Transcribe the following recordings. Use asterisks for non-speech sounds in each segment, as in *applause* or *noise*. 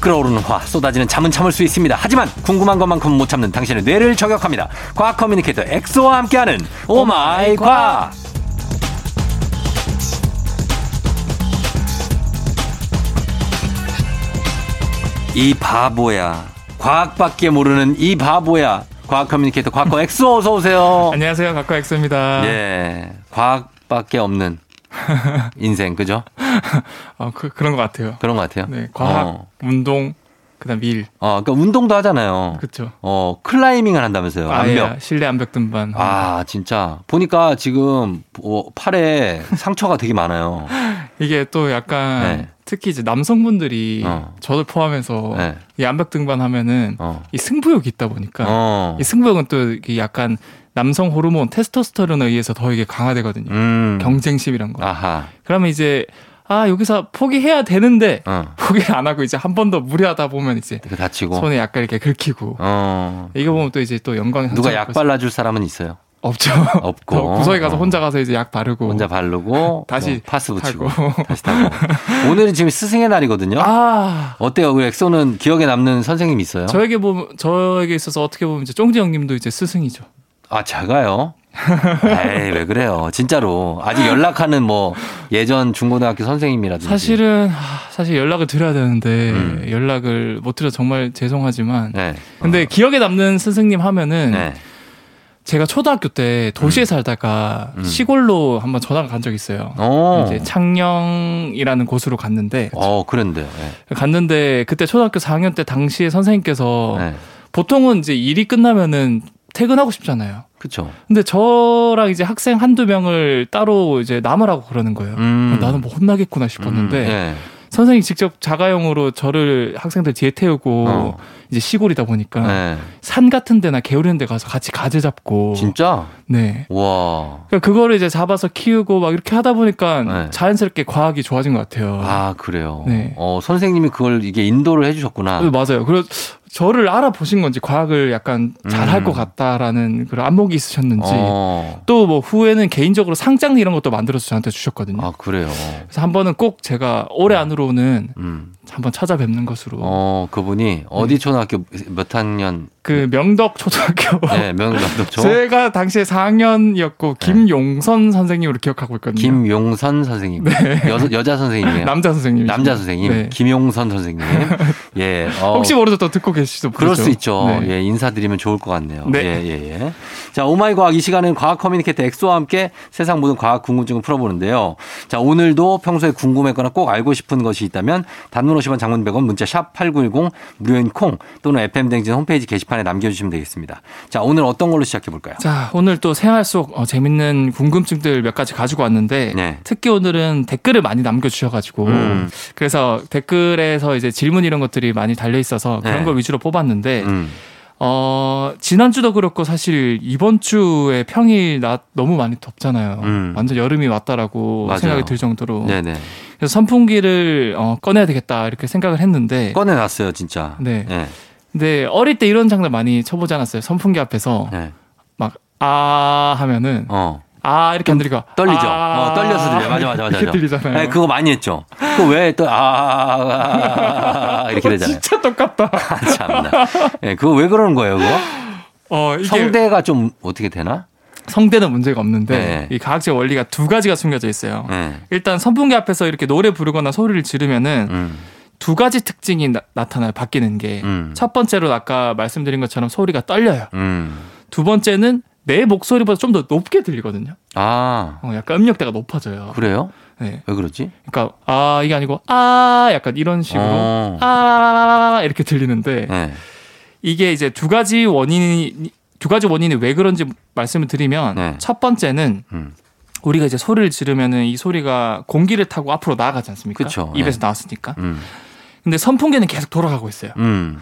끓어오르는 화, 쏟아지는 잠은 참을 수 있습니다. 하지만 궁금한 것만큼 못 참는 당신의 뇌를 저격합니다. 과학 커뮤니케이터 엑소와 함께하는 오마이 과학. 이 바보야. 과학밖에 모르는 이 바보야. 과학 커뮤니케이터 과거 엑소 어서 오세요. 안녕하세요. 가까 엑소입니다. 예. 과학밖에 *laughs* 없는 인생 그죠? 어, 그, 그런 것 같아요. 그런 것 같아요. 네, 과학, 어, 운동, 그다음 밀. 어, 그러니까 운동도 하잖아요. 그렇죠. 어, 클라이밍을 한다면서요. 어, 아, 암벽. 실내 암벽 등반. 아, 진짜. 보니까 지금 뭐 팔에 상처가 되게 많아요. 이게 또 약간 네. 특히 이제 남성분들이 어. 저를 포함해서 네. 이 암벽 등반 하면은 어. 이 승부욕이 있다 보니까 어. 이 승부욕은 또 이게 약간 남성 호르몬 테스토스테론에 의해서 더 이게 강화되거든요. 음. 경쟁심이란 거. 아하. 그러면 이제 아 여기서 포기해야 되는데 어. 포기를 안 하고 이제 한 번 더 무리하다 보면 이제 그 다치고. 손에 약간 이렇게 긁히고 어. 이거 보면 또 이제 또 연관 누가 약 발라줄 사람은 있어요? 없죠. *laughs* 없고. 구석에 가서 어. 혼자 가서 이제 약 바르고 혼자 바르고 다시 어, 파스 붙이고 하고. 다시 타고 오늘은 지금 스승의 날이거든요. 아 어때요? 우리 엑소는 기억에 남는 선생님 있어요? 저에게 보면 저에게 있어서 어떻게 보면 이제 쫑지 형님도 이제 스승이죠. 아, 제가요? 에이, 왜 그래요? 진짜로. 아직 연락하는 뭐 예전 중고등학교 선생님이라든지. 사실은 아, 사실 연락을 드려야 되는데 음. 연락을 못 드려 정말 죄송하지만 네. 근데 기억에 남는 스승님 하면은 네. 제가 초등학교 때 도시에 살다가 음. 시골로 한번 전화가 간 적이 있어요. 어. 이제 창녕이라는 곳으로 갔는데 어, 그런데요. 네. 갔는데 그때 초등학교 4학년 때 당시에 선생님께서 네. 보통은 이제 일이 끝나면은 퇴근하고 싶잖아요. 그쵸. 근데 저랑 이제 학생 한두 명을 따로 이제 남으라고 그러는 거예요. 음. 나는 뭐 혼나겠구나 음, 싶었는데 네. 선생님 직접 자가용으로 저를 학생들 뒤에 태우고 어. 이제 시골이다 보니까 네. 산 같은 데나 개울이는 데 가서 같이 가재 잡고 진짜? 네. 와. 그러니까 그거를 이제 잡아서 키우고 막 이렇게 하다 보니까 네. 자연스럽게 과학이 좋아진 것 같아요. 아, 그래요. 어. 네. 어, 선생님이 그걸 이게 인도를 해주셨구나. 네, 맞아요. 그래서 저를 알아보신 건지 과학을 약간 잘 할 음. 것 같다라는 그런 안목이 있으셨는지 어. 또 뭐 후에는 개인적으로 상장 이런 것도 만들어서 저한테 주셨거든요. 아, 그래요. 그래서 한 번은 꼭 제가 올해 안으로는 음. 한번 찾아뵙는 것으로 어, 그분이 네. 어디 초등학교 몇 학년? 그 *laughs* 명덕 초등학교 네, 명감독 초. 제가 당시에 4학년이었고 네. 김용선 선생님으로 기억하고 있거든요. 네. 김용선 선생님. 여, 여자 선생님이에요. 남자 선생님 남자 선생님, 네. 김용선 선생님. 예. 어, 혹시 모르죠 또 듣고 계시죠? 그럴 수 있죠. 예, 인사드리면 좋을 것 같네요. 네. 예, 예, 예. 자, 오마이 과학 이 시간은 과학 커뮤니케이터 엑소와 함께 세상 모든 과학 궁금증을 풀어보는데요. 자, 오늘도 평소에 궁금했거나 꼭 알고 싶은 것이 있다면 단문 50원 장문 100원 문자 샵 8910 무료인 콩 또는 FM댕진 홈페이지 게시판에 남겨주시면 되겠습니다. 자, 오늘 어떤 걸로 시작해 볼까요? 자 오늘 또 생활 속 어, 재밌는 궁금증들 몇 가지 가지고 왔는데 네. 특히 오늘은 댓글을 많이 남겨주셔가지고 음. 그래서 댓글에서 이제 질문 이런 것들이 많이 달려 있어서 그런 네. 걸 위주로 뽑았는데 음. 어, 지난주도 그렇고 사실 이번 주에 평일 낮 너무 많이 덥잖아요. 음. 완전 여름이 왔다라고 맞아요. 생각이 들 정도로. 네네. 그래서 선풍기를 어, 꺼내야 되겠다 이렇게 생각을 했는데. 네. 꺼내놨어요, 진짜. 네. 네. 근데 어릴 때 이런 장난 많이 쳐보지 않았어요. 선풍기 앞에서 네. 막 아 하면은 어. 아 이렇게 안 들리고 떨리죠. 아~ 어, 떨려서 들려. 맞아, 맞아, 맞아. 이렇게 들리잖아요. 네, 그거 많이 했죠. 그거 왜 또, 아, 아, 아, 이렇게 *laughs* 되잖아요. 진짜 똑같다. 아, 참나. 예, 그거 왜 그러는 거예요, 그거? 어, 이게 성대가 좀 어떻게 되나? 성대는 문제가 없는데 네. 이 과학적 원리가 두 가지가 숨겨져 있어요. 예. 일단 선풍기 앞에서 이렇게 노래 부르거나 소리를 지르면은 음, 두 가지 특징이 나, 타나요 바뀌는 게. 음. 첫 번째로 아까 말씀드린 것처럼 소리가 떨려요. 음. 두 번째는 내 목소리보다 좀 더 높게 들리거든요. 아, 어, 약간 음역대가 높아져요. 그래요? 네. 왜 그러지? 그러니까 아 이게 아니고 아 약간 이런 식으로 어. 아 이렇게 들리는데 네. 이게 이제 두 가지 원인이 두 가지 원인이 왜 그런지 말씀을 드리면 네. 첫 번째는 음. 우리가 이제 소리를 지르면은 이 소리가 공기를 타고 앞으로 나아가지 않습니까? 그쵸, 네. 입에서 나왔으니까. 음. 근데 선풍기는 계속 돌아가고 있어요. 음.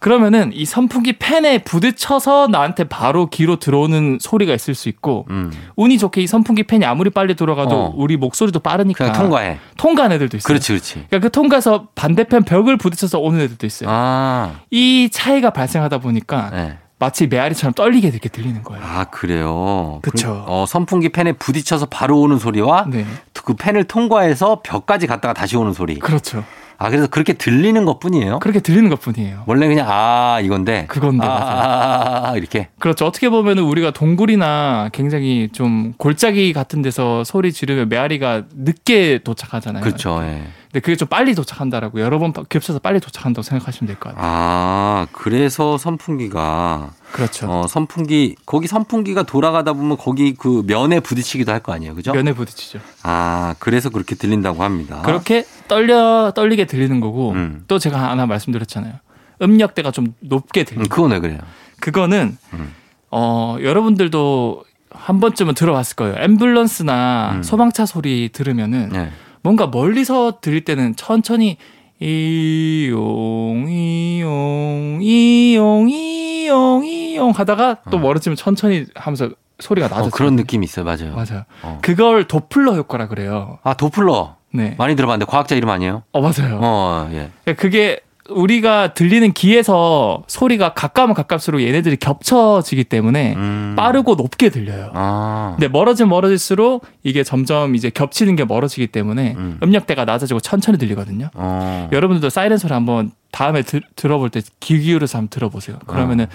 그러면은 이 선풍기 팬에 부딪혀서 나한테 바로 귀로 들어오는 소리가 있을 수 있고 음. 운이 좋게 이 선풍기 팬이 아무리 빨리 돌아가도 어. 우리 목소리도 빠르니까 그냥 통과해. 통과한 애들도 있어요. 그렇지, 그렇지. 그러니까 그 통과해서 반대편 벽을 부딪혀서 오는 애들도 있어요. 아, 이 차이가 발생하다 보니까 네. 마치 메아리처럼 떨리게 이렇게 들리는 거예요. 아, 그래요. 그쵸. 그럼, 어, 선풍기 팬에 부딪혀서 바로 오는 소리와 네, 그 팬을 통과해서 벽까지 갔다가 다시 오는 소리. 그렇죠. 아 그래서 그렇게 들리는 것뿐이에요. 그렇게 들리는 것뿐이에요. 원래 그냥 아 이건데 그건데 어? 네, 아, 맞아요. 아, 아, 이렇게 그렇죠. 어떻게 보면 은 우리가 동굴이나 굉장히 좀 골짜기 같은 데서 소리 지르면 메아리가 늦게 도착하잖아요. 그렇죠. 예. 근데 그게 좀 빨리 도착한다라고 여러 번 겹쳐서 빨리 도착한다고 생각하시면 될 것 같아요. 아 그래서 선풍기가 그렇죠. 어 선풍기 거기 선풍기가 돌아가다 보면 거기 그 면에 부딪히기도 할 거 아니에요, 그죠? 면에 부딪히죠. 아 그래서 그렇게 들린다고 합니다. 그렇게 떨려 떨리게 들리는 거고 음. 또 제가 하나 말씀드렸잖아요. 음역대가 좀 높게 들리. 음, 그건 왜 그래요? 그거는 음. 어 여러분들도 한 번쯤은 들어봤을 거예요. 앰뷸런스나 음. 소방차 소리 들으면은 예. 뭔가 멀리서 들릴 때는 천천히 이용 이용 이용 이용 이용 하다가 또 어. 멀어지면 천천히 하면서 소리가 나죠. 어, 그런 느낌이 있어요, 맞아요. 맞아요. 어. 그걸 도플러 효과라 그래요. 아 도플러 네. 많이 들어봤는데 과학자 이름 아니에요? 어 맞아요. 어 예. 그러니까 그게 우리가 들리는 귀에서 소리가 가까우면 가깝수록 얘네들이 겹쳐지기 때문에 음. 빠르고 네. 높게 들려요. 아. 근데 멀어지면 멀어질수록 이게 점점 이제 겹치는 게 멀어지기 때문에 음. 음. 력대가 낮아지고 천천히 들리거든요. 어. 여러분들도 사이렌 소리 한번 다음에 들, 들어볼 때 귀 기울여서 한번 들어보세요. 그러면은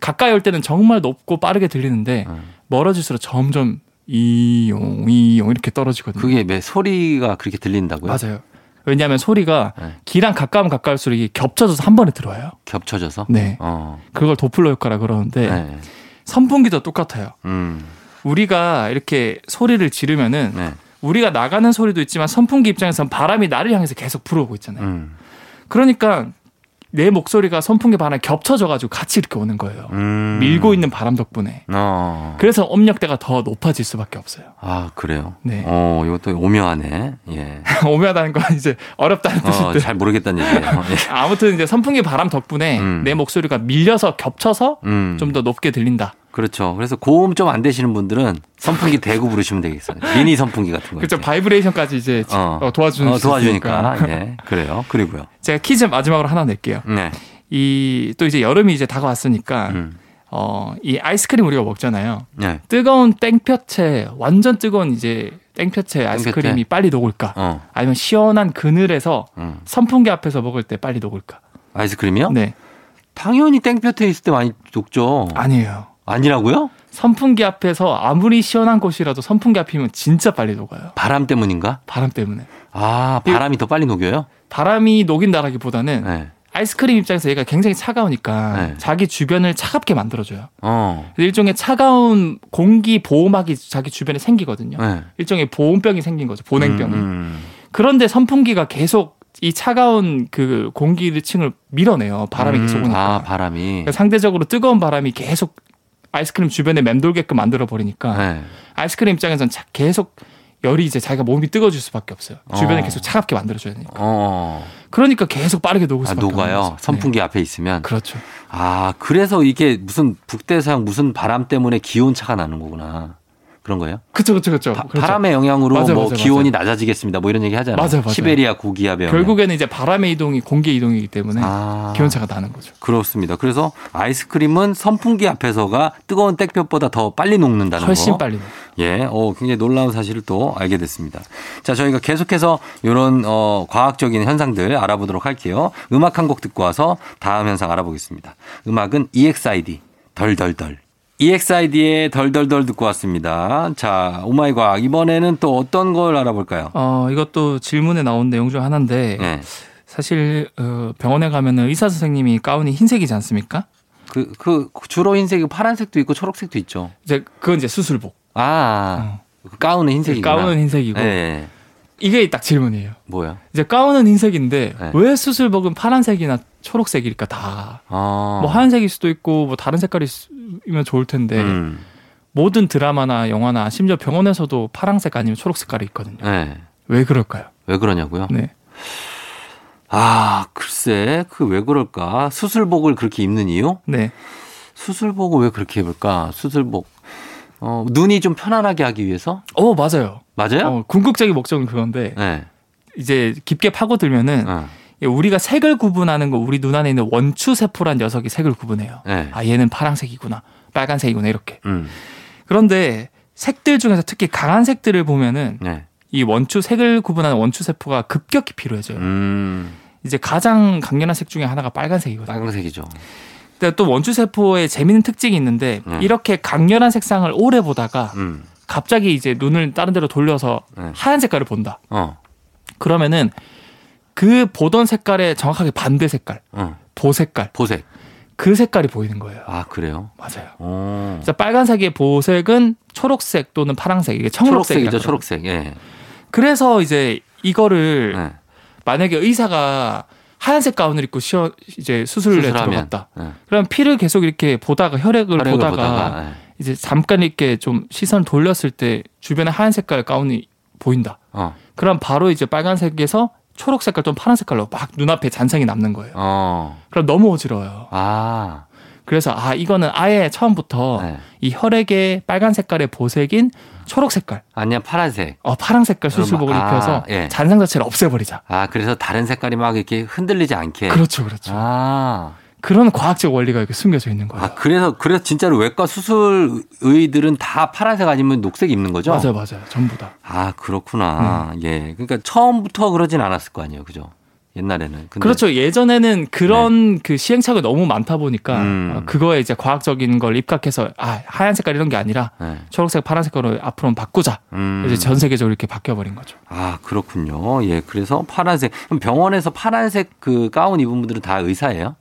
가까이 올 때는 정말 높고 빠르게 들리는데 어. 멀어질수록 점점 이용 이용 이렇게 떨어지거든요. 그게 왜 소리가 그렇게 들린다고요? 맞아요. 왜냐하면 소리가 네. 귀랑 가까우면 가까울수록 이게 겹쳐져서 한 번에 들어와요. 겹쳐져서. 네. 어. 그걸 도플러 효과라 그러는데 네. 선풍기도 똑같아요. 음. 우리가 이렇게 소리를 지르면은 네. 우리가 나가는 소리도 있지만 선풍기 입장에선 바람이 나를 향해서 계속 불어오고 있잖아요. 음. 그러니까 내 목소리가 선풍기 바람에 겹쳐져가지고 같이 이렇게 오는 거예요. 음. 밀고 있는 바람 덕분에. 어. 그래서 음역대가 더 높아질 수밖에 없어요. *laughs* 아 그래요. 네. 어 이것도 오묘하네. *laughs* 예. 오묘하다는 건 이제 어렵다는 어, 뜻인데. 잘 모르겠다는 *laughs* 얘기예요. 예. 아무튼 이제 선풍기 바람 덕분에 음. 내 목소리가 밀려서 겹쳐서 음. 좀 더 높게 들린다. 그렇죠. 그래서 고음 좀 안 되시는 분들은 선풍기 대고 부르시면 되겠어요. 미니 선풍기 같은 거. 그렇죠. 이렇게. 바이브레이션까지 이제 지- 어. 어, 도와주는 어, 수 있으니까. 도와주니까. 예. 그래요. 그리고요. 제가 퀴즈 마지막으로 하나 낼게요. 네. 이 또 이제 여름이 이제 다가왔으니까 음. 어, 이 아이스크림 우리가 먹잖아요. 네. 뜨거운 땡볕에 완전 뜨거운 이제 땡볕에 아이스크림이 땡볕에? 빨리 녹을까? 어. 아니면 시원한 그늘에서 음. 선풍기 앞에서 먹을 때 빨리 녹을까? 아이스크림이요? 네. 당연히 땡볕에 있을 때 많이 녹죠. 아니에요. 아니라고요? 선풍기 앞에서 아무리 시원한 곳이라도 선풍기 앞이면 진짜 빨리 녹아요. 바람 때문인가? 바람 때문에. 아, 바람이 더 빨리 녹여요? 바람이 녹인다라기보다는 네. 아이스크림 입장에서 얘가 굉장히 차가우니까 네. 자기 주변을 차갑게 만들어줘요. 어. 그래서 일종의 차가운 공기 보호막이 자기 주변에 생기거든요. 네. 일종의 보온병이 생긴 거죠. 보냉병이. 음, 음. 그런데 선풍기가 계속 이 차가운 그 공기를 층을 밀어내요. 바람이 음, 계속 오니까. 아, 바람이. 그러니까 상대적으로 뜨거운 바람이 계속 아이스크림 주변에 맴돌게끔 만들어 버리니까 네. 아이스크림 입장에선 자- 계속 열이 이제 자기가 몸이 뜨거워질 수밖에 없어요. 주변을 어. 계속 차갑게 만들어줘야 되니까. 어. 그러니까 계속 빠르게 녹을 아, 수밖에 없는 녹아요. 거죠. 네. 선풍기 앞에 있으면. 그렇죠. 아, 그래서 이게 무슨 북대서양 무슨 바람 때문에 기온차가 나는 거구나. 그런 거예요? 그렇죠, 그렇죠, 그렇죠. 바, 람의 영향으로 맞아요, 뭐 맞아요, 기온이 낮아지겠습니다. 뭐 이런 얘기 하잖아요. 맞아요, 맞아요. 시베리아 고기압의 영향. 결국에는 이제 바람의 이동이 공기의 이동이기 때문에 아, 기온차가 나는 거죠. 그렇습니다. 그래서 아이스크림은 선풍기 앞에서가 뜨거운 땡볕보다 더 빨리 녹는다는 훨씬 거. 빨리. 예, 어, 굉장히 놀라운 사실을 또 알게 됐습니다. 자, 저희가 계속해서 이런 어, 과학적인 현상들 알아보도록 할게요. 음악 한 곡 듣고 와서 다음 현상 알아보겠습니다. 음악은 E EXID 덜덜덜. E EXID의 덜덜덜 듣고 왔습니다. 자, 오마이 과학 이번에는 또 어떤 걸 알아볼까요? 어, 이것도 질문에 나온 내용 중 하나인데 예. 사실 어, 병원에 가면은 의사 선생님이 가운이 흰색이지 않습니까? 그, 그 주로 흰색이 파란색도 있고 초록색도 있죠. 이제 그건 이제 수술복. 아, 그 가운은 흰색이구나. 어. 가운은 흰색이고 예, 예. 이게 딱 질문이에요. 뭐야? 이제 가운은 흰색인데 네. 왜 수술복은 파란색이나 초록색일까 다. 아. 뭐 하얀색일 수도 있고 뭐 다른 색깔이면 좋을 텐데 음. 모든 드라마나 영화나 심지어 병원에서도 파란색 아니면 초록색깔이 있거든요. 예. 왜 그럴까요? 왜 그러냐고요? 네. 아, 글쎄, 그 왜 그럴까? 수술복을 그렇게 입는 이유? 네. 수술복을 왜 그렇게 입을까? 수술복. 어, 눈이 좀 편안하게 하기 위해서? 어, 맞아요. 맞아요? 어, 궁극적인 목적은 그건데 네. 이제 깊게 파고들면은 어, 우리가 색을 구분하는 거 우리 눈 안에 있는 원추세포란 녀석이 색을 구분해요. 네. 아 얘는 파란색이구나 빨간색이구나 이렇게 음, 그런데 색들 중에서 특히 강한 색들을 보면은 네. 이 원추 색을 구분하는 원추 세포가 급격히 필요해져요. 음, 이제 가장 강렬한 색 중에 하나가 빨간색이거든요. 빨간색이죠. 근데 또 원추 세포의 재미있는 특징이 있는데 음. 이렇게 강렬한 색상을 오래 보다가 음, 갑자기 이제 눈을 다른 데로 돌려서 네. 하얀 색깔을 본다. 어, 그러면은 그 보던 색깔의 정확하게 반대 색깔, 어, 보색깔, 보색. 그 색깔이 보이는 거예요. 아 그래요? 맞아요. 어. 그래서 빨간색의 보색은 초록색 또는 파란색, 이게 청록색이죠. 초록색이죠, 초록색. 예. 그래서 이제 이거를 예. 만약에 의사가 하얀색 가운을 입고 시어, 이제 수술에 수술하면. 들어갔다. 예. 그럼 피를 계속 이렇게 보다가 혈액을 촬영을 보다가, 보다가, 예. 이제 잠깐 이렇게 좀 시선 돌렸을 때 주변에 하얀 색깔 가운이 보인다. 어, 그럼 바로 이제 빨간색에서 초록 색깔 또는 파란 색깔로 막 눈앞에 잔상이 남는 거예요. 어, 그럼 너무 어지러워요. 아, 그래서 아 이거는 아예 처음부터 예. 이 혈액의 빨간 색깔의 보색인 초록 색깔, 아니야 파란색. 어, 파란 색깔 그럼, 수술복을 아, 입혀서 예. 잔상 자체를 없애버리자. 아 그래서 다른 색깔이 막 이렇게 흔들리지 않게. 그렇죠, 그렇죠. 예. 아, 그런 과학적 원리가 이렇게 숨겨져 있는 거예요. 아 그래서 그래서 진짜로 외과 수술 의들은 다 파란색 아니면 녹색 입는 거죠? 맞아요, 음. 맞아요. 전부 다. 아 그렇구나. 예. 그러니까 처음부터 그러진 않았을 거 아니에요, 그죠? 옛날에는. 근데 네. 그렇죠. 예전에는 그런 그 시행착오가 너무 많다 보니까 음. 어, 그거에 이제 과학적인 걸 입각해서 아 하얀 색깔 이런 게 아니라 예. 초록색, 파란색으로 앞으로는 바꾸자. 음. 이제 전 세계적으로 이렇게 바뀌어버린 거죠. 아 그렇군요. 예. 그래서 파란색. 그럼 병원에서 파란색 그 가운 입은 분들은 다 의사예요?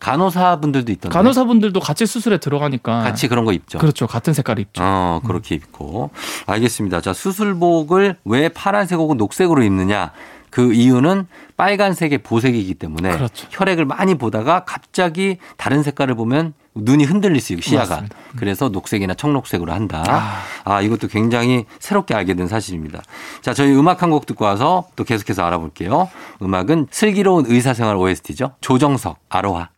간호사분들도 있던데. 간호사분들도 같이 수술에 들어가니까 네. 같이 그런 거 입죠. 그렇죠. 같은 색깔 입죠. 어, 그렇게 입고. 알겠습니다. 자, 수술복을 왜 파란색 혹은 녹색으로 입느냐. 그 이유는 빨간색의 보색이기 때문에 그렇죠. 혈액을 많이 보다가 갑자기 다른 색깔을 보면 눈이 흔들릴 수 있고 시야가. 맞습니다. 음. 그래서 녹색이나 청록색으로 한다. 아. 아. 이것도 굉장히 새롭게 알게 된 사실입니다. 자, 저희 음악 한 곡 듣고 와서 또 계속해서 알아볼게요. 음악은 슬기로운 의사생활 OST죠. 조정석 아로하.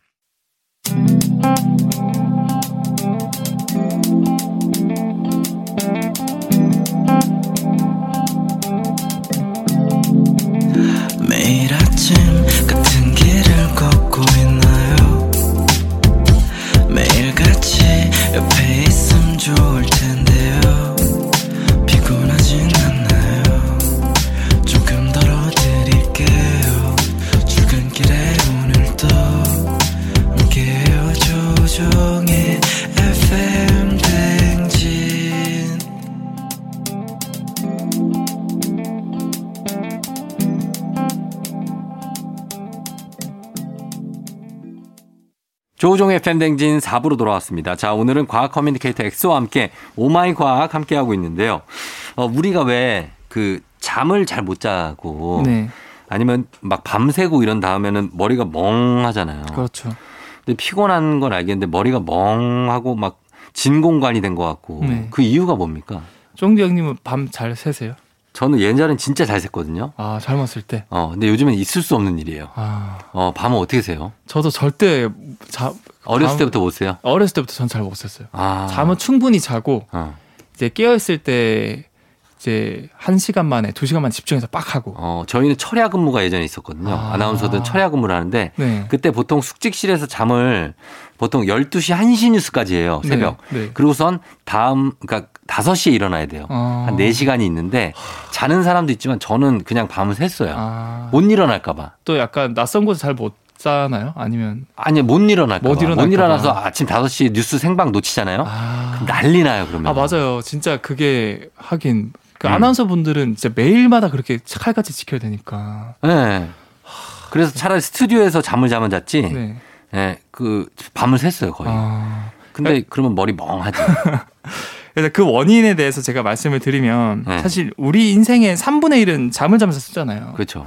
매일 아침 같은 길을 걷고 있나요 매일 같이 옆에 있음 좋을 텐데요 피곤하진 않나요 조금 덜어드릴게요 출근길에 오늘도 함께해요 조종의 FM 댕진 조종의 팬댕진 4부로 돌아왔습니다. 자, 오늘은 과학 커뮤니케이터 엑소와 함께 오마이 과학 함께하고 있는데요. 어, 우리가 왜 그 잠을 잘 못 자고 네, 아니면 막 밤새고 이런 다음에는 머리가 멍하잖아요. 그렇죠. 근데 피곤한 건 알겠는데 머리가 멍하고 막 진공관이 된 것 같고 네. 그 이유가 뭡니까? 쫑디 형님은 밤 잘 새세요? 저는 옛날엔 진짜 잘 샜거든요. 아 젊었을 때. 어, 근데 요즘엔 있을 수 없는 일이에요. 아 어, 밤은 어떻게 세요? 저도 절대 자 어렸을 밤- 때부터 못 세요? 어렸을 때부터 전 잘 못 잤어요. 아. 잠은 충분히 자고 어, 이제 깨어 있을 때 이제 한 시간 만에 두 시간만 집중해서 빡 하고. 어, 저희는 철야 근무가 예전에 있었거든요. 아. 아. 나운서든 철야 근무를 하는데 네. 그때 보통 숙직실에서 잠을 보통 12시 1시 뉴스까지 해요. 어, 새벽. 네. 네. 그리고선 다음 그러니까 5시에 일어나야 돼요. 아. 한 네. 4시간이 있는데 자는 사람도 있지만 저는 그냥 밤을 샜어요. 아. 못 일어날까 봐. 또 약간 낯선 곳에 잘 못 자나요? 아니면 아니, 못 일어날까 못 봐. 일어날까 못 일어나서 봐. 아침 5시 뉴스 생방 놓치잖아요. 아, 난리 나요, 그러면. 아 맞아요. 진짜 그게 하긴 그 음. 아나운서 분들은 진짜 매일마다 그렇게 칼같이 지켜야 되니까. 예. 그래서 차라리 스튜디오에서 잠을 자면 잤지. 예. 네. 그 밤을 샜어요, 거의. 아. 근데 그러면 머리 멍하지. 그래서 그 원인에 대해서 제가 말씀을 드리면 네. 사실 우리 인생의 3분의 1은 잠을 자면서 쓰잖아요. 그렇죠.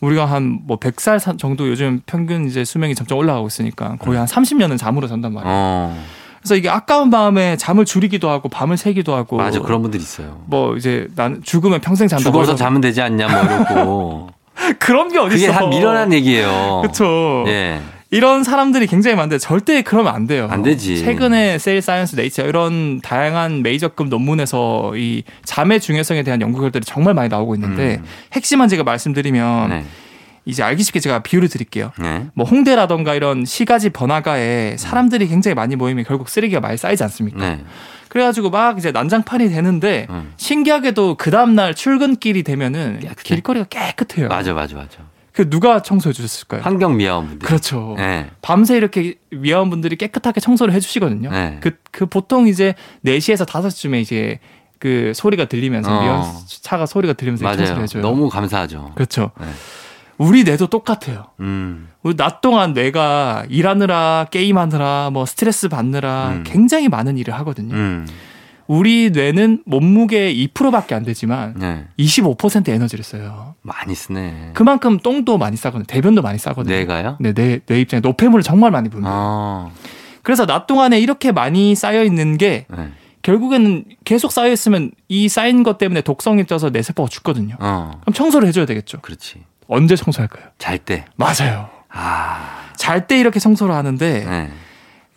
우리가 한 뭐 100살 사- 정도 요즘 평균 이제 수명이 점점 올라가고 있으니까 거의 한 30년은 잠으로 잔단 네. 말이에요. 어. 그래서 이게 아까운 마음에 잠을 줄이기도 하고 밤을 새기도 하고 맞아. 그런 분들 있어요. 뭐 이제 난 죽으면 평생 잔다 뭐 죽어서 이런- 자면 되지 않냐 뭐 이러고. *laughs* 그런 게 어디 그게 있어? 한 미련한 얘기예요. 그렇죠. 예. 이런 사람들이 굉장히 많은데 절대 그러면 안 돼요. 안 되지. 최근에 세일 사이언스 네이처 이런 다양한 메이저급 논문에서 이 잠의 중요성에 대한 연구 결과들이 정말 많이 나오고 있는데 핵심만 제가 말씀드리면 음. 네. 이제 알기 쉽게 제가 비유를 드릴게요. 네. 뭐 홍대라던가 이런 시가지 번화가에 사람들이 굉장히 많이 모이면 결국 쓰레기가 많이 쌓이지 않습니까? 네. 그래가지고 막 이제 난장판이 되는데 음. 신기하게도 그 다음날 출근길이 되면은 깨끗해. 길거리가 깨끗해요. 맞아, 맞아, 맞아. 그 누가 청소해 주셨을까요? 환경 미화원분들. 그렇죠. 네. 밤새 이렇게 위원분들이 깨끗하게 청소를 해주시거든요. 네. 그, 그 보통 이제 4시에서 5시쯤에 이제 그 소리가 들리면서 어. 위원 차가 소리가 들리면서 이렇게 청소를 맞아요. 해줘요. 너무 감사하죠. 그렇죠. 네. 우리 뇌도 똑같아요. 음. 우리 낮 동안 뇌가 일하느라 게임하느라 뭐 스트레스 받느라 음. 굉장히 많은 일을 하거든요. 음. 우리 뇌는 몸무게 2%밖에 안 되지만 네. 25% 에너지를 써요. 많이 쓰네. 그만큼 똥도 많이 싸거든요. 대변도 많이 음. 싸거든요. 뇌가요? 네, 뇌, 뇌 입장에 노폐물을 정말 많이 봅니다. 어. 그래서 낮 동안에 이렇게 많이 쌓여 있는 게 네. 결국에는 계속 쌓여 있으면 이 쌓인 것 때문에 독성이 쪄서 내 세포가 죽거든요. 어. 그럼 청소를 해줘야 되겠죠. 그렇지. 언제 청소할까요? 잘 때. 맞아요. 아. 잘 때 이렇게 청소를 하는데 네.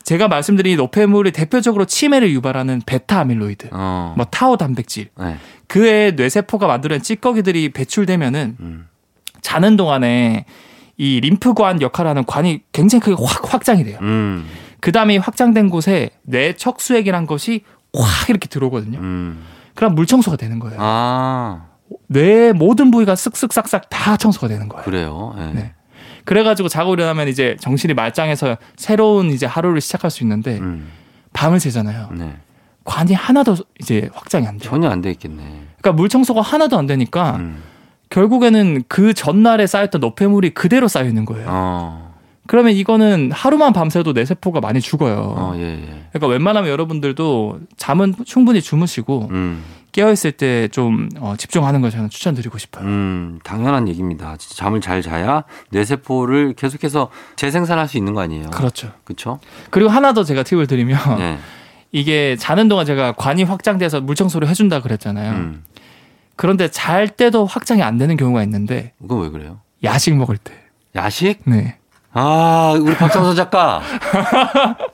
제가 말씀드린 노폐물이 대표적으로 치매를 유발하는 베타 아밀로이드, 어. 뭐 타오 단백질, 네. 그의 뇌세포가 만들어낸 찌꺼기들이 배출되면은 음. 자는 동안에 이 림프관 역할하는 관이 굉장히 크게 확 확장이 돼요. 음. 그 다음에 이 확장된 곳에 뇌 척수액이란 것이 확 이렇게 들어오거든요. 음. 그럼 물 청소가 되는 거예요. 아. 뇌의 모든 부위가 쓱쓱 싹싹 다 청소가 되는 거예요. 그래요. 네. 네. 그래가지고 자고 일어나면 이제 정신이 말짱해서 새로운 이제 하루를 시작할 수 있는데 음. 밤을 새잖아요. 네. 관이 하나도 이제 확장이 안 돼요. 전혀 안 돼 있겠네. 그러니까 물 청소가 하나도 안 되니까 음. 결국에는 그 전날에 쌓였던 노폐물이 그대로 쌓여 있는 거예요. 어. 그러면 이거는 하루만 밤새도 뇌 세포가 많이 죽어요. 어, 예, 예. 그러니까 웬만하면 여러분들도 잠은 충분히 주무시고 음. 깨어 있을 때 좀 어, 집중하는 걸 저는 추천드리고 싶어요. 음, 당연한 얘기입니다. 진짜 잠을 잘 자야 뇌세포를 계속해서 재생산할 수 있는 거 아니에요. 그렇죠. 그렇죠? 그리고 하나 더 제가 팁을 드리면 네. 이게 자는 동안 제가 관이 확장돼서 물 청소를 해준다 그랬잖아요. 음. 그런데 잘 때도 확장이 안 되는 경우가 있는데 그건 왜 그래요? 야식 먹을 때. 야식? 네. 아, 우리 박상서 작가.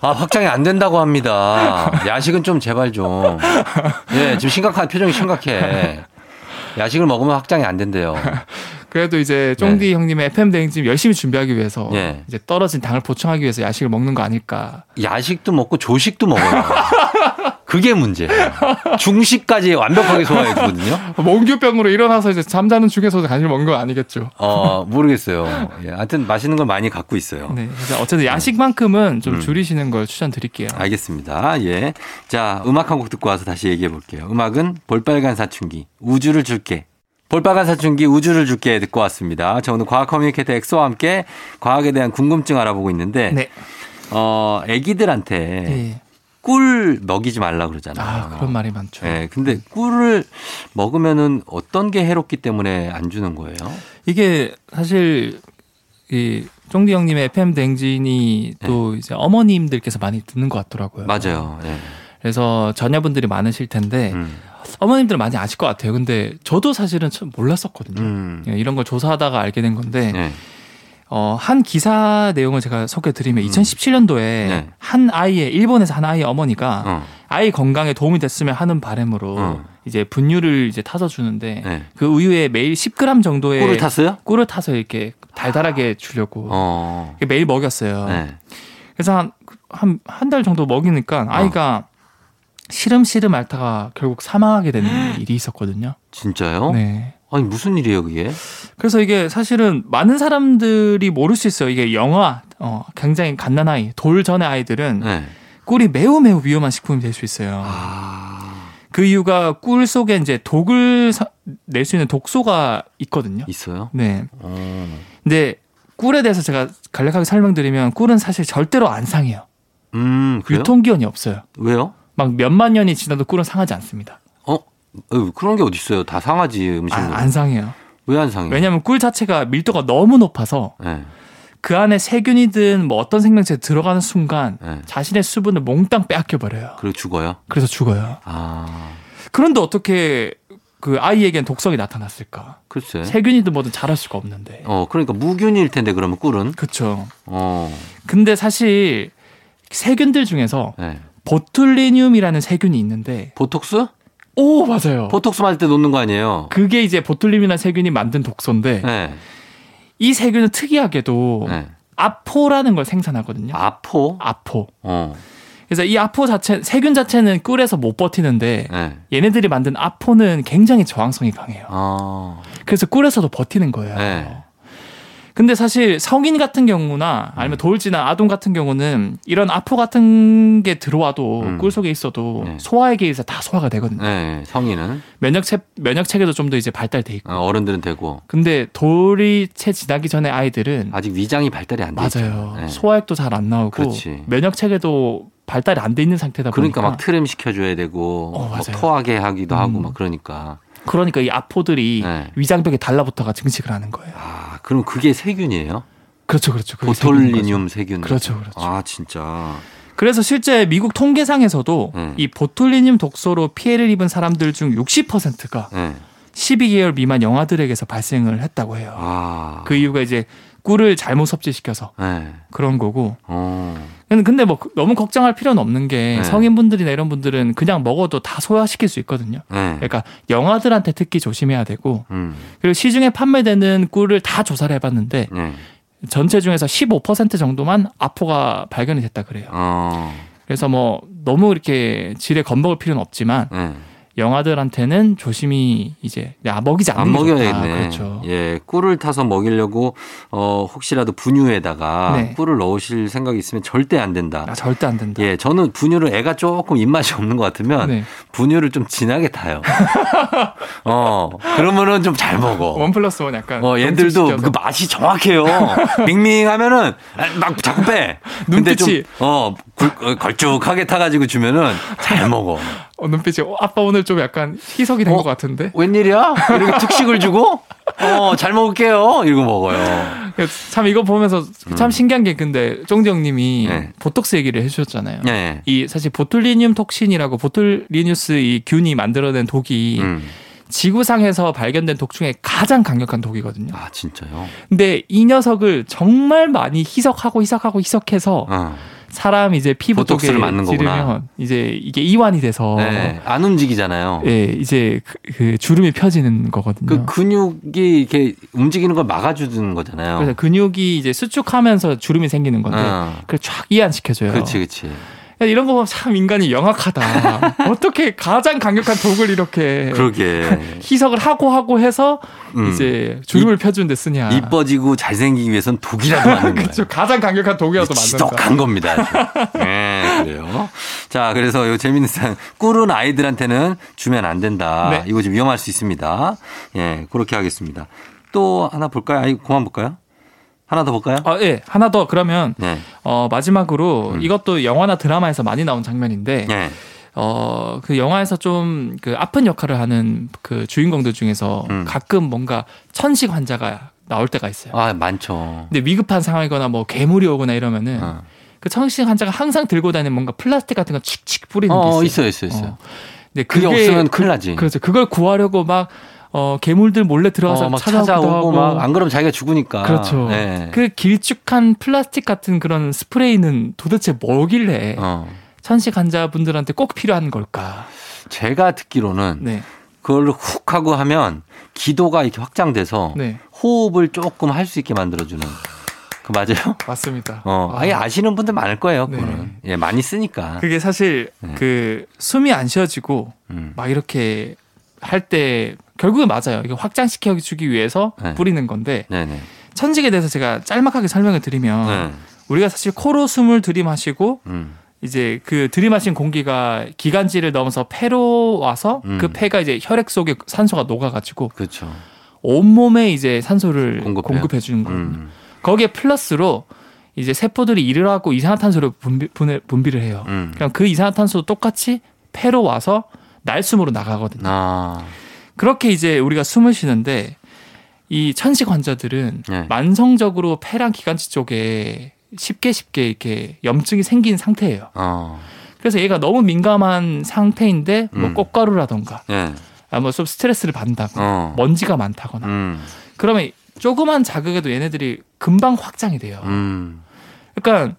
아, 확장이 안 된다고 합니다. 야식은 좀 제발 좀. 예, 지금 심각한 표정이 심각해. 야식을 먹으면 확장이 안 된대요. 그래도 이제 쫑디 형님의 FM 대행 지금 열심히 준비하기 위해서 네. 이제 떨어진 당을 보충하기 위해서 야식을 먹는 거 아닐까. 야식도 먹고 조식도 먹어요. 그게 문제예요. 중식까지 완벽하게 소화해 주거든요. 몽규병으로 일어나서 이제 잠자는 중에서도 간식을 먹는 건 아니겠죠. 어, 모르겠어요. 예, 하여튼 맛있는 걸 많이 갖고 있어요. 네. 아, 그래서 어쨌든 야식만큼은 좀 음. 줄이시는 걸 추천드릴게요. 알겠습니다. 예. 자, 음악 한 곡 듣고 와서 다시 얘기해 볼게요. 음악은 볼빨간 사춘기, 우주를 줄게. 볼빨간 사춘기 우주를 줄게 듣고 왔습니다. 저 오늘 과학 커뮤니케이터 엑소와 함께 과학에 대한 궁금증 알아보고 있는데, 네. 어, 애기들한테 예. 꿀 먹이지 말라 그러잖아요. 아, 그런 말이 많죠. 예, 근데 꿀을 먹으면은 어떤 게 해롭기 때문에 안 주는 거예요? 이게 사실 이 쫑디 형님의 FM 댕진이 또 이제 어머님들께서 많이 듣는 것 네. 같더라고요. 맞아요. 예. 그래서 자녀분들이 많으실 텐데 음. 어머님들 은 많이 아실 것 같아요. 근데 저도 사실은 참 몰랐었거든요. 음. 예, 이런 걸 조사하다가 알게 된 건데 예. 어, 한 기사 내용을 제가 소개드리면 음. 2017년도에 네. 한 아이의 일본에서 한 아이의 어머니가 어. 아이 건강에 도움이 됐으면 하는 바람으로 음. 이제 분유를 이제 타서 주는데 예. 그 우유에 매일 10g 정도의 꿀을 탔어요? 꿀을 타서 이렇게 달달하게 주려고 어. 이렇게 매일 먹였어요. 예. 그래서 한한 한 달 정도 먹이니까 아이가 시름시름 앓다가 결국 사망하게 되는 일이 있었거든요. 진짜요? 네. 아니 무슨 일이에요 그게? 그래서 이게 사실은 많은 사람들이 모를 수 있어요. 이게 영화, 어, 굉장히 갓난 아이, 돌 전의 아이들은 네. 꿀이 매우 매우 위험한 식품이 될 수 있어요. 아 그 이유가 꿀 속에 이제 독을 낼 수 있는 독소가 있거든요. 있어요? 네. 어. 근데 꿀에 대해서 제가 간략하게 설명드리면 꿀은 사실 절대로 안 상해요. 음 그래요? 유통기한이 없어요. 왜요? 막 몇만 년이 지나도 꿀은 상하지 않습니다. 어 어휴, 그런 게 어디 있어요? 음. 다 상하지 음식은 아, 안 상해요. 왜 안 상해? 왜냐하면 꿀 자체가 밀도가 너무 높아서 네, 그 안에 세균이든 뭐 어떤 생명체 들어가는 순간 네. 자신의 수분을 몽땅 빼앗겨 버려요. 그리고 죽어요. 그래서 죽어요. 아 그런데 어떻게 그 아이에겐 독성이 나타났을까? 글쎄. 세균이든 뭐든 자랄 수가 없는데. 어 그러니까 무균일 텐데 그러면 꿀은 그렇죠. 어 근데 사실 세균들 중에서 네. 보툴리늄이라는 세균이 있는데 보톡스? 오 어. 맞아요. 보톡스 맞을 때 놓는 거 아니에요? 네. 그게 이제 보툴리늄이라는 세균이 만든 독소인데 네. 이 세균은 특이하게도 네. 아포라는 걸 생산하거든요. 아포. 아포. 어. 그래서 이 아포 자체 세균 자체는 꿀에서 못 버티는데 네. 얘네들이 만든 아포는 굉장히 저항성이 강해요. 어. 그래서 꿀에서도 버티는 거예요. 네. 근데 사실 성인 같은 경우나 음. 아니면 돌지나 아동 같은 경우는 이런 아포 같은 게 들어와도 음. 꿀 속에 있어도 네. 소화액에 의해서 다 소화가 되거든요. 네. 성인은 면역 체 면역 체계도 좀 더 이제 발달돼 있고. 어, 어른들은 되고 근데 돌이 채 지나기 전에 아이들은 아직 위장이 발달이 안 돼. 맞아요. 있잖아요. 네. 소화액도 잘 안 나오고 그렇지. 면역 체계도 발달이 안 돼 있는 상태다 그러니까 보니까 막 트림 시켜줘야 되고 어, 막 맞아요. 토하게 하기도 하고 음. 막 그러니까. 그러니까 이 아포들이 네. 위장벽에 달라붙어가 증식을 하는 거예요. 아 그럼 그게 세균이에요? 그렇죠, 그렇죠. 그게 세균인 거죠. 보톨리늄 세균. 그렇죠, 그렇죠. 아 진짜. 그래서 실제 미국 통계상에서도 음. 이 보툴리늄 독소로 피해를 입은 사람들 중 60%가 네. 12개월 미만 영아들에게서 발생을 했다고 해요. 아. 그 이유가 이제 꿀을 잘못 섭취시켜서 네. 그런 거고. 어. 근데- 근데 뭐 너무 걱정할 필요는 없는 게 네. 성인분들이나 이런 분들은 그냥 먹어도 다 소화시킬 수 있거든요. 네. 그러니까 영아들한테 특히 조심해야 되고 음. 그리고 시중에 판매되는 꿀을 다 조사를 해봤는데 네. 전체 중에서 15% 정도만 아포가 발견이 됐다 그래요. 어. 그래서 뭐 너무 이렇게 질에 겁먹을 필요는 없지만 네. 영아들한테는 조심히 이제 야, 먹이지 않는 안 게 좋다. 먹여야겠네. 그렇죠. 예, 꿀을 타서 먹이려고 어 혹시라도 분유에다가 네. 꿀을 넣으실 생각이 있으면 절대 안 된다. 아, 절대 안 된다. 예, 저는 분유를 애가 조금 입맛이 없는 것 같으면 네. 분유를 좀 진하게 타요. *laughs* 어, 그러면은 좀 잘 먹어. 원 플러스 원 약간. 어, 얘들도 경직시켜서. 그 맛이 정확해요. 밍밍하면은 아, 막 자꾸 빼. 근데 좀, 눈빛이. 어, 굵- 어, 걸쭉하게 타가지고 주면은 잘 먹어. 어, 눈빛이 어, 아빠 오늘 좀 약간 희석이 된 어? 것 같은데. 웬일이야? 이렇게 특식을 주고? 어, 잘 먹을게요. 이러고 먹어요. 참 이거 보면서 참 신기한 게 근데 쫑정님이 음. 네. 보톡스 얘기를 해주셨잖아요. 예. 이 사실 보툴리늄 톡신이라고 보툴리뉴스 이 균이 만들어낸 독이 음. 지구상에서 발견된 독 중에 가장 강력한 독이거든요. 아, 진짜요? 근데 이 녀석을 정말 많이 희석하고 희석하고 희석해서 어. 사람 이제 피부 쪽에 보톡스를 맞는 거구나. 지르면 이제 이게 이완이 돼서 네, 안 움직이잖아요. 어. 예, 이제 그, 그 주름이 펴지는 그 거거든요. 근육이 이렇게 움직이는 걸 막아주는 거잖아요. 그래서 근육이 이제 수축하면서 주름이 생기는 건데 어. 그걸 쫙 이완시켜줘요. 그렇지, 그렇지. 야, 이런 거 보면 참 인간이 *laughs* 영악하다. 어떻게 가장 강력한 독을 이렇게 *laughs* 그러게. 희석을 하고 하고 해서 음. 이제 주름을 펴준 데 쓰냐. *laughs* 이뻐지고 뭐- 잘생기기 위해선 독이라도 맞는 거예요. 아. 그렇죠. 가장 강력한 독이어서 만든다. 지독한 겁니다. *laughs* 아주. 예, 그래요. 자, 그래서 요 재밌는 사항. 꿀은 아이들한테는 주면 안 된다. 네. 이거 좀 위험할 수 있습니다. 예, 그렇게 하겠습니다. 또 하나 볼까요? 아, 이거 그만 볼까요? 하나 더 볼까요? 아, 예. 하나 더 그러면 네. 어, 마지막으로 음. 이것도 영화나 드라마에서 많이 나온 장면인데 예. 어, 그 영화에서 좀 그 아픈 역할을 하는 그 주인공들 중에서 음. 가끔 뭔가 천식 환자가 나올 때가 있어요. 아, 많죠. 근데 위급한 상황이거나 뭐 괴물이 오거나 이러면은 어, 그 천식 환자가 항상 들고 다니는 뭔가 플라스틱 같은 거 칙칙 뿌리는 게 어, 있어요, 있어요. 있어요, 있어요. 어. 근데 그게, 그게, 없으면 큰일 나지. 그렇죠. 그걸 구하려고 막 어, 괴물들 몰래 들어가서 어, 막 찾아오기도 찾아오고 하고 막 안 그러면 자기가 죽으니까. 그렇죠. 예. 그 길쭉한 플라스틱 같은 그런 스프레이는 도대체 뭐길래 어. 천식 환자분들한테 꼭 필요한 걸까? 제가 듣기로는 네. 그걸 훅 하고 하면 기도가 이렇게 확장돼서 네. 호흡을 조금 할 수 있게 만들어주는 그 맞아요? 맞습니다. 어, 아. 아예 아시는 분들 많을 거예요. 네. 그거는 예 많이 쓰니까. 그게 사실 네. 그 숨이 안 쉬어지고 음. 막 이렇게 할 때 결국은 맞아요. 이게 확장시켜 주기 위해서 네. 뿌리는 건데 네네. 천직에 대해서 제가 짤막하게 설명을 드리면 네. 우리가 사실 코로 숨을 들이마시고 음. 이제 그 들이마신 공기가 기관지를 넘어서 폐로 와서 음. 그 폐가 이제 혈액 속에 산소가 녹아가지고 그렇죠. 온몸에 이제 산소를 공급해요. 공급해 주는 거예요. 음. 거기에 플러스로 이제 세포들이 일을 하고 이산화탄소를 분비, 분해- 분비를 해요. 음. 그럼 그 이산화탄소도 똑같이 폐로 와서 날숨으로 나가거든요. 아. 그렇게 이제 우리가 숨을 쉬는데 이 천식 환자들은 네. 만성적으로 폐랑 기관지 쪽에 쉽게 쉽게 이렇게 염증이 생긴 상태예요. 어. 그래서 얘가 너무 민감한 상태인데 뭐 음. 꽃가루라던가 예. 아마 뭐 좀 스트레스를 받는다거나 어. 먼지가 많다거나 음. 그러면 조그만 자극에도 얘네들이 금방 확장이 돼요. 음. 그러니까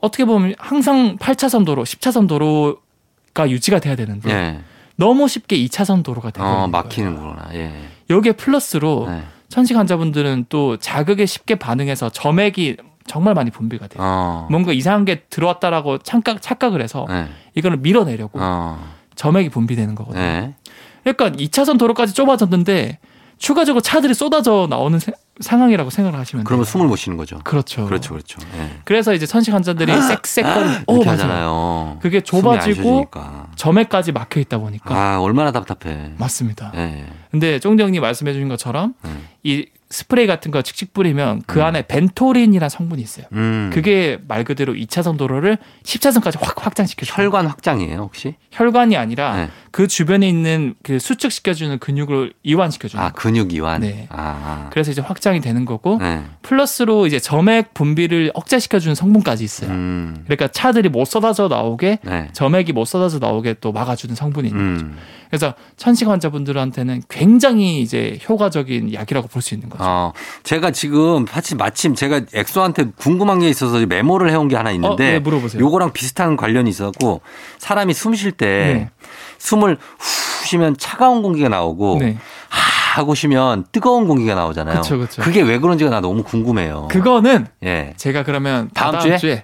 어떻게 보면 항상 8차선 도로, 10차선 도로가 유지가 돼야 되는데 예. 너무 쉽게 2차선 도로가 되는 어 거예요. 어? 막히는구나. 예. 여기에 플러스로 네. 천식 환자분들은 또 자극에 쉽게 반응해서 점액이 정말 많이 분비가 돼요. 어. 뭔가 이상한 게 들어왔다라고 착각, 착각을 해서 네. 이거를 밀어내려고 어. 점액이 분비되는 거거든요. 네. 그러니까 2차선 도로까지 좁아졌는데 추가적으로 차들이 쏟아져 나오는 세- 상황이라고 생각을 하시면 돼요. 그러면 숨을 못 쉬는 거죠. 그렇죠. 그렇죠, 그렇죠. 네. 래서 이제 천식 환자들이 쌕쌕거리 어, 이렇게 맞아요. 하잖아요. 그게 숨이 안 좁아지고 그 쉬어지니까. 점액까지 막혀 있다 보니까 아, 얼마나 답답해. 맞습니다. 예. 근데 쫑디 형님 말씀해 주신 것처럼 음. 이 스프레이 같은 거 칙칙 뿌리면 그 음. 안에 벤토린이라는 성분이 있어요. 음. 그게 말 그대로 2차선 도로를 10차선까지 확 확장시켜 혈 혈관 확장이에요, 혹시? 혈관이 아니라 네. 그 주변에 있는 그 수축시켜 주는 근육을 이완시켜 주는 아, 근육 이완. 네. 아. 그래서 이제 확장이 되는 거고 네. 플러스로 이제 점액 분비를 억제시켜 주는 성분까지 있어요. 음. 그러니까 차들이 못 쏟아져 나오게 네. 점액이 못 쏟아져 나오게 또 막아주는 성분이 있는 거죠. 음. 그래서 천식 환자분들한테는 굉장히 이제 효과적인 약이라고 볼 수 있는 거죠. 어, 제가 지금 마침, 마침 제가 엑소한테 궁금한 게 있어서 메모를 해온 게 하나 있는데 어, 네, 물어보세요. 요거랑 비슷한 관련이 있어갖고 사람이 숨 쉴 때 네. 숨을 후 쉬면 차가운 공기가 나오고 네. 하 하고 쉬면 뜨거운 공기가 나오잖아요. 그쵸, 그쵸. 게왜 그런지가 나 너무 궁금해요. 그거는 예. 제가 그러면 어. 다음 다음, 주에? 주에?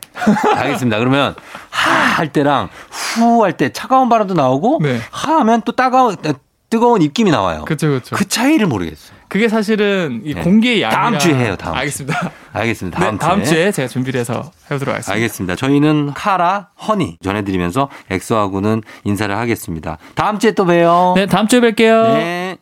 알겠습니다. 그러면 하 할 때랑 후 할 때 차가운 바람도 나오고 네. 하 하면 또 따가운 뜨거운 입김이 나와요. 그, 그렇죠, 그렇죠. 차이를 모르겠어요. 그게 사실은 이 네. 공기의 양이 다음 주에 해요, 다음 주에. 알겠습니다. 알겠습니다. 다음, 네, 다음 주에 제가 준비를 해서 해보도록 하겠습니다. 알겠습니다. 저희는 카라, 허니 전해드리면서 엑소하고는 인사를 하겠습니다. 다음 주에 또 봬요. 네, 다음 주에 뵐게요. 네.